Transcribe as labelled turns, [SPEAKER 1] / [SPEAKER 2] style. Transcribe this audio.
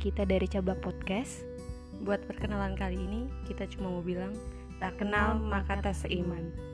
[SPEAKER 1] kita dari Cabak Podcast.
[SPEAKER 2] Buat perkenalan kali ini, kita cuma mau bilang, tak kenal maka tak seiman.